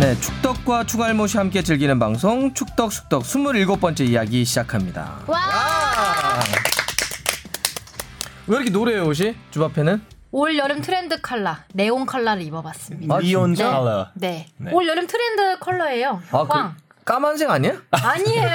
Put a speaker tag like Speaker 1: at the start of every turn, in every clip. Speaker 1: 네, 축덕과 추갈못이 함께 즐기는 방송 축덕 숙덕 27번째 이야기 시작합니다.
Speaker 2: 와!
Speaker 1: 왜 이렇게 노래요, 옷이? 주바페는?
Speaker 2: 올 여름 트렌드 컬러 네온 컬러를 입어봤습니다.
Speaker 1: 아,
Speaker 3: 이온
Speaker 2: 네.
Speaker 3: 컬러.
Speaker 2: 네.
Speaker 3: 네.
Speaker 2: 올 여름 트렌드 컬러예요.
Speaker 1: 아,
Speaker 2: 꽝.
Speaker 1: 그, 까만색 아니야?
Speaker 2: 아니에요,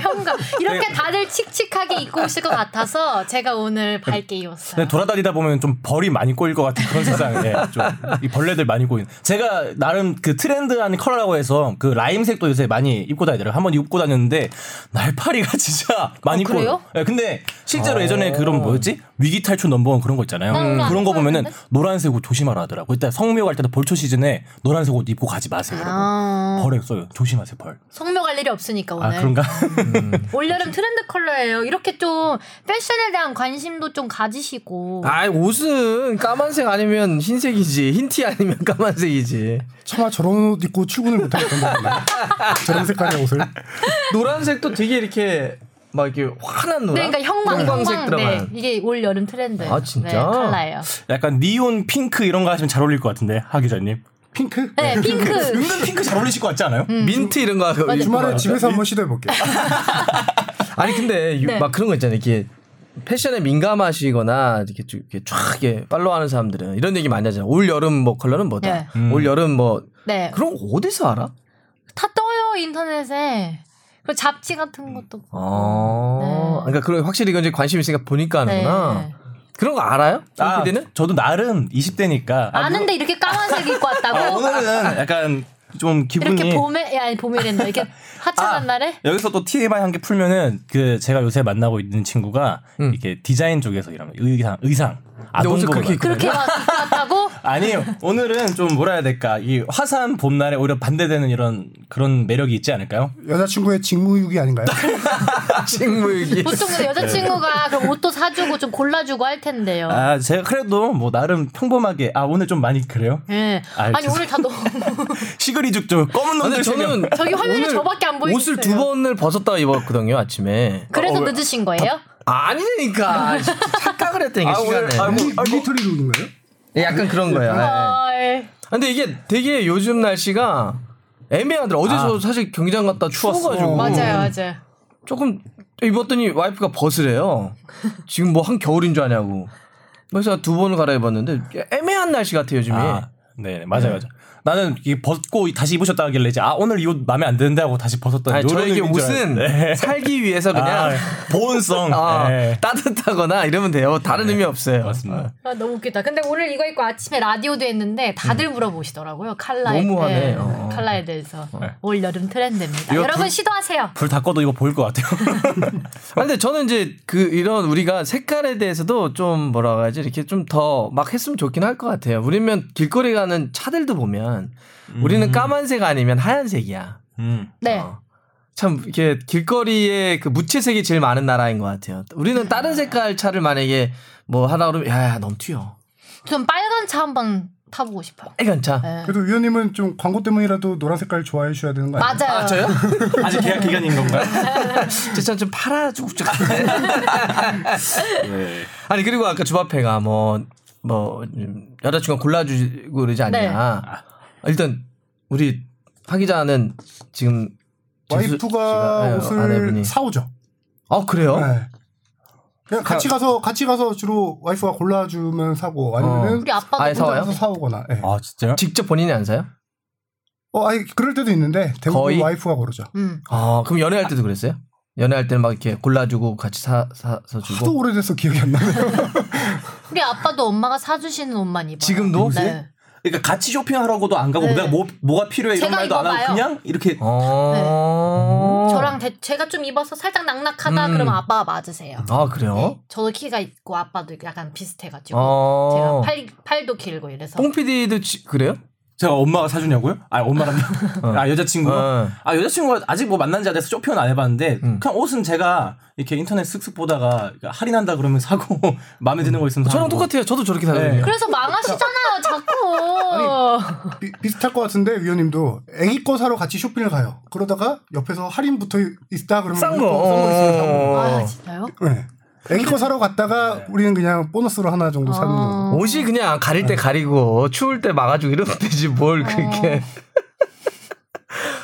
Speaker 2: 형가. 이렇게 다들 칙칙하게 입고 오실 것 같아서 제가 오늘 밝게 입었어요.
Speaker 3: 근데 돌아다니다 보면 좀 벌이 많이 꼬일 것 같은 그런 세상에 예, 좀 이 벌레들 많이 꼬인. 제가 나름 그 트렌드한 컬러라고 해서 그 라임색도 요새 많이 입고 다니더라고요. 한번 입고 다녔는데 날파리가 진짜 많이 꼬여.
Speaker 2: 그래요?
Speaker 3: 예, 근데 실제로 예전에 그런 뭐였지 위기 탈출 넘버원 그런 거 있잖아요.
Speaker 2: 나 그거 안
Speaker 3: 그런 거 보면은
Speaker 2: 좋아하는데?
Speaker 3: 노란색 옷 조심하라 하더라고. 일단 성묘 갈 때도 벌초 시즌에 노란색 옷 입고 가지 마세요.
Speaker 2: 아, 네.
Speaker 3: 여러분. 벌에 써요. 조심하세요 벌.
Speaker 2: 성묘 갈 일이 없으니까
Speaker 3: 아
Speaker 2: 오늘.
Speaker 3: 그런가?
Speaker 2: 올 여름 트렌드 컬러예요. 이렇게 좀 패션에 대한 관심도 좀 가지시고.
Speaker 1: 아, 옷은 까만색 아니면 흰색이지. 흰티 아니면 까만색이지.
Speaker 4: 차마 저런 옷 입고 출근을 못하겠던 건데 저런 색깔의 옷을
Speaker 1: 노란색도 되게 이렇게 막 이렇게 환한 노란.
Speaker 2: 네, 그러니까 형광,
Speaker 1: 형광색
Speaker 2: 형광.
Speaker 1: 들어간.
Speaker 2: 네, 이게 올 여름 트렌드.
Speaker 1: 아, 진짜?
Speaker 2: 네, 컬러예요.
Speaker 3: 약간 니온 핑크 이런 거 하시면 잘 어울릴 것 같은데 하 기자님.
Speaker 4: 핑크?
Speaker 2: 네, 핑크. 음.
Speaker 3: 은근 핑크 잘 어울리실 것 같지 않아요?
Speaker 2: 네.
Speaker 3: 아,
Speaker 1: 민트 이런 거 하고 입고
Speaker 4: 주말에
Speaker 1: 나가니까.
Speaker 4: 집에서 한번 시도해볼게요
Speaker 1: 아니 근데 유-
Speaker 2: 네.
Speaker 1: 막 그런 거 있잖아요. 이렇게 패션에 민감하시거나 이렇게 쭉 이렇게 쫙 이렇게 팔로우하는 사람들은 이런 얘기 많이 하잖아요. 올 여름 뭐 컬러는 뭐다.
Speaker 2: 네.
Speaker 1: 올 여름 뭐
Speaker 2: 네.
Speaker 1: 그런 거 어디서 알아?
Speaker 2: 다 떠요 인터넷에 그 잡지 같은 것도 보고.
Speaker 1: 아,
Speaker 2: 네.
Speaker 1: 그러니까 그런 확실히 이건 이제 관심 있으니까 보니까 하는구나.
Speaker 2: 네.
Speaker 1: 그런 거 알아요?
Speaker 3: 아,
Speaker 1: PD는?
Speaker 3: 저도 나름 20대니까 아,
Speaker 2: 아는데 이렇게 까만색 입고 왔다고
Speaker 3: 뭐- 오늘은 약간 좀 기분이
Speaker 2: 이렇게 봄에 야, 아니 봄이랬나 이렇게 하찮은
Speaker 3: 아,
Speaker 2: 날에
Speaker 3: 여기서 또 TMI 한 개 풀면은 그 제가 요새 만나고 있는 친구가
Speaker 4: 음.
Speaker 3: 이렇게 디자인 쪽에서 일하는 의상 의상
Speaker 1: 옷을
Speaker 3: 아동복을
Speaker 1: 그렇게
Speaker 3: 만드는
Speaker 2: 그렇게 막 입고 왔다고
Speaker 3: 아니요 오늘은 좀 뭐라 해야 될까 이 화사한 봄날에 오히려 반대되는 이런 그런 매력이 있지 않을까요?
Speaker 4: 여자친구의 직무유기 아닌가요?
Speaker 1: 식물기.
Speaker 2: 보통 근데 여자친구가 그럼 옷도 사주고 좀 골라주고 할 텐데요.
Speaker 3: 아 제가 그래도 뭐 나름 평범하게 아 오늘 좀 많이 그래요?
Speaker 2: 예.
Speaker 3: 아,
Speaker 2: 아니
Speaker 3: 죄송-
Speaker 2: 오늘 다 너무
Speaker 3: 시그리 죽죠 검은
Speaker 1: 아, 근데
Speaker 3: 놈들 세명.
Speaker 1: 저는
Speaker 2: 저기 화면에
Speaker 1: 오늘
Speaker 2: 저밖에 안 보이겠어요.
Speaker 1: 옷을 두 번을 벗었다가 입었거든요 아침에.
Speaker 2: 그래서 늦으신 거예요?
Speaker 1: 아, 아니니까 착각을 했다니까
Speaker 3: 아, 오늘-
Speaker 1: 시간에.
Speaker 3: 아, 뭐-
Speaker 4: 미- 어, 미리터리 룩인가요?
Speaker 1: 약간 그런 거예요. 네.
Speaker 2: 헐.
Speaker 1: 근데 이게 되게 요즘 날씨가 애매하더라. 어제
Speaker 3: 아. 어.
Speaker 1: 저 사실 경기장 갔다 추워가지고
Speaker 2: 맞아요, 맞아요.
Speaker 1: 조금 입었더니 와이프가 벗으래요. 지금 뭐 한 겨울인 줄 아냐고. 그래서 두 번을 갈아입었는데 애매한 날씨 같아 요즘이.
Speaker 3: 아, 네, 맞아요, 맞아요. 나는 이 벗고 다시 입으셨다 하길래 이제 아 오늘 이 옷 마음에 안 드는데 하고 다시 벗었던
Speaker 1: 아니,
Speaker 3: 요런
Speaker 1: 저에게
Speaker 3: 의미인 줄
Speaker 1: 옷은
Speaker 3: 알았는데.
Speaker 1: 살기 위해서 그냥
Speaker 3: 아, 보온성
Speaker 1: 아,
Speaker 3: 네.
Speaker 1: 따뜻하거나 이러면 돼요. 다른 의미 없어요.
Speaker 3: 맞습니다.
Speaker 2: 아, 너무 웃기다. 근데 오늘 이거 입고 아침에 라디오도 했는데 다들 물어보시더라고요. 칼라에
Speaker 1: 너무하네.
Speaker 2: 네,
Speaker 1: 어.
Speaker 2: 칼라에 대해서
Speaker 3: 네.
Speaker 2: 올 여름 트렌드입니다.
Speaker 3: 이거
Speaker 2: 여러분
Speaker 3: 불-
Speaker 2: 시도하세요.
Speaker 3: 불 다 꺼도 이거 보일 것 같아요.
Speaker 1: 아, 근데 저는 이제 그 이런 우리가 색깔에 대해서도 좀 뭐라고 하지 이렇게 좀 더 막 했으면 좋긴 할 것 같아요. 우리면 길거리 가는 차들도 보면 우리는 까만색 아니면 하얀색이야.
Speaker 3: 음.
Speaker 2: 네.
Speaker 1: 어. 참 이렇게 길거리에 그 무채색이 제일 많은 나라인 것 같아요. 우리는 다른 색깔 차를 만약에 뭐 하라 그러면 야야 너무 튀어. 아,
Speaker 2: 좀 빨간 차 한번 타보고 싶어요.
Speaker 1: 빨간 차.
Speaker 2: 네.
Speaker 4: 그래도 위원님은 좀 광고 때문이라도 노란 색깔 좋아해 주셔야 되는 거 아니에요?
Speaker 2: 맞아요.
Speaker 1: 아 저요?
Speaker 3: 아직 계약 기간인 건가요?
Speaker 1: 제차좀 팔아주고 싶은데.
Speaker 3: 네.
Speaker 1: 아니 그리고 아까 주바페가 뭐 뭐 여자친구 골라주고 그러지 않냐.
Speaker 2: 네.
Speaker 1: 아, 일단 우리 하 기자는 아, 지금 진수 씨가,
Speaker 4: 와이프가
Speaker 1: 네,
Speaker 4: 옷을
Speaker 1: 아내분이.
Speaker 4: 사오죠.
Speaker 1: 아 그래요?
Speaker 4: 네. 그냥 같이 가서 같이 가서 주로 와이프가 골라주면 사고 아니면은
Speaker 2: 우리 아빠가
Speaker 1: 아예
Speaker 2: 혼자
Speaker 1: 사와요?
Speaker 4: 혼자서 사오거나. 예.
Speaker 3: 아 진짜요?
Speaker 1: 직접 본인이 안 사요?
Speaker 4: 어, 아니 그럴 때도 있는데 대부분
Speaker 1: 거의?
Speaker 4: 와이프가 고르죠.
Speaker 2: 음.
Speaker 1: 아 그럼 연애할 때도 그랬어요? 연애할 때는 막 이렇게 골라주고 같이 사 사서
Speaker 4: 하도
Speaker 1: 주고
Speaker 4: 오래돼서 기억이 안 나네요.
Speaker 2: 우리 아빠도 엄마가 사주시는 옷만 입어요.
Speaker 1: 지금도?
Speaker 2: 네.
Speaker 3: 그러니까 같이 쇼핑하라고도 안 가고
Speaker 2: 네.
Speaker 3: 내가 뭐 뭐가 필요해 이런
Speaker 2: 제가
Speaker 3: 말도 안
Speaker 2: 입어봐요.
Speaker 3: 하고 그냥 이렇게
Speaker 1: 어.
Speaker 2: 네. 저랑 대, 제가 좀 입어서 살짝 낙낙하다
Speaker 1: 음.
Speaker 2: 그러면 아빠가 맞으세요.
Speaker 1: 아 그래요?
Speaker 2: 네. 저도 키가 있고 아빠도 약간 비슷해가지고 제가
Speaker 1: 어.
Speaker 2: 팔, 팔도 길고 이래서
Speaker 1: 뽕피디도 지- 그래요?
Speaker 3: 제가 엄마가 사주냐고요? 아 엄마랑 아 여자친구.
Speaker 1: 어.
Speaker 3: 아 여자친구가 아직 뭐 만난 지 안 돼서 쇼핑은 안 해봤는데
Speaker 1: 음.
Speaker 3: 그냥 옷은 제가 이렇게 인터넷 슥슥 보다가 할인한다 그러면 사고 마음에 드는 거 있으면
Speaker 1: 저랑
Speaker 3: 사고.
Speaker 1: 똑같아요. 저도 저렇게
Speaker 4: 네.
Speaker 1: 사거든요.
Speaker 2: 그래서 망하시잖아요 자꾸
Speaker 4: 비, 비슷할 것 같은데 위원님도 애기 거 사러 같이 쇼핑을 가요. 그러다가 옆에서 할인 붙어 있다 그러면
Speaker 1: 싼
Speaker 4: 우리
Speaker 1: 거.
Speaker 4: 거 음, 싼거 있으면 사고.
Speaker 1: 어.
Speaker 2: 아 진짜요?
Speaker 4: 네. 애기 거 사러 갔다가 우리는 그냥 보너스로 하나 정도 사는
Speaker 2: 아.
Speaker 4: 정도.
Speaker 1: 옷이 그냥 가릴 때 가리고 추울 때 막아주고 이러면 되지 뭘 그렇게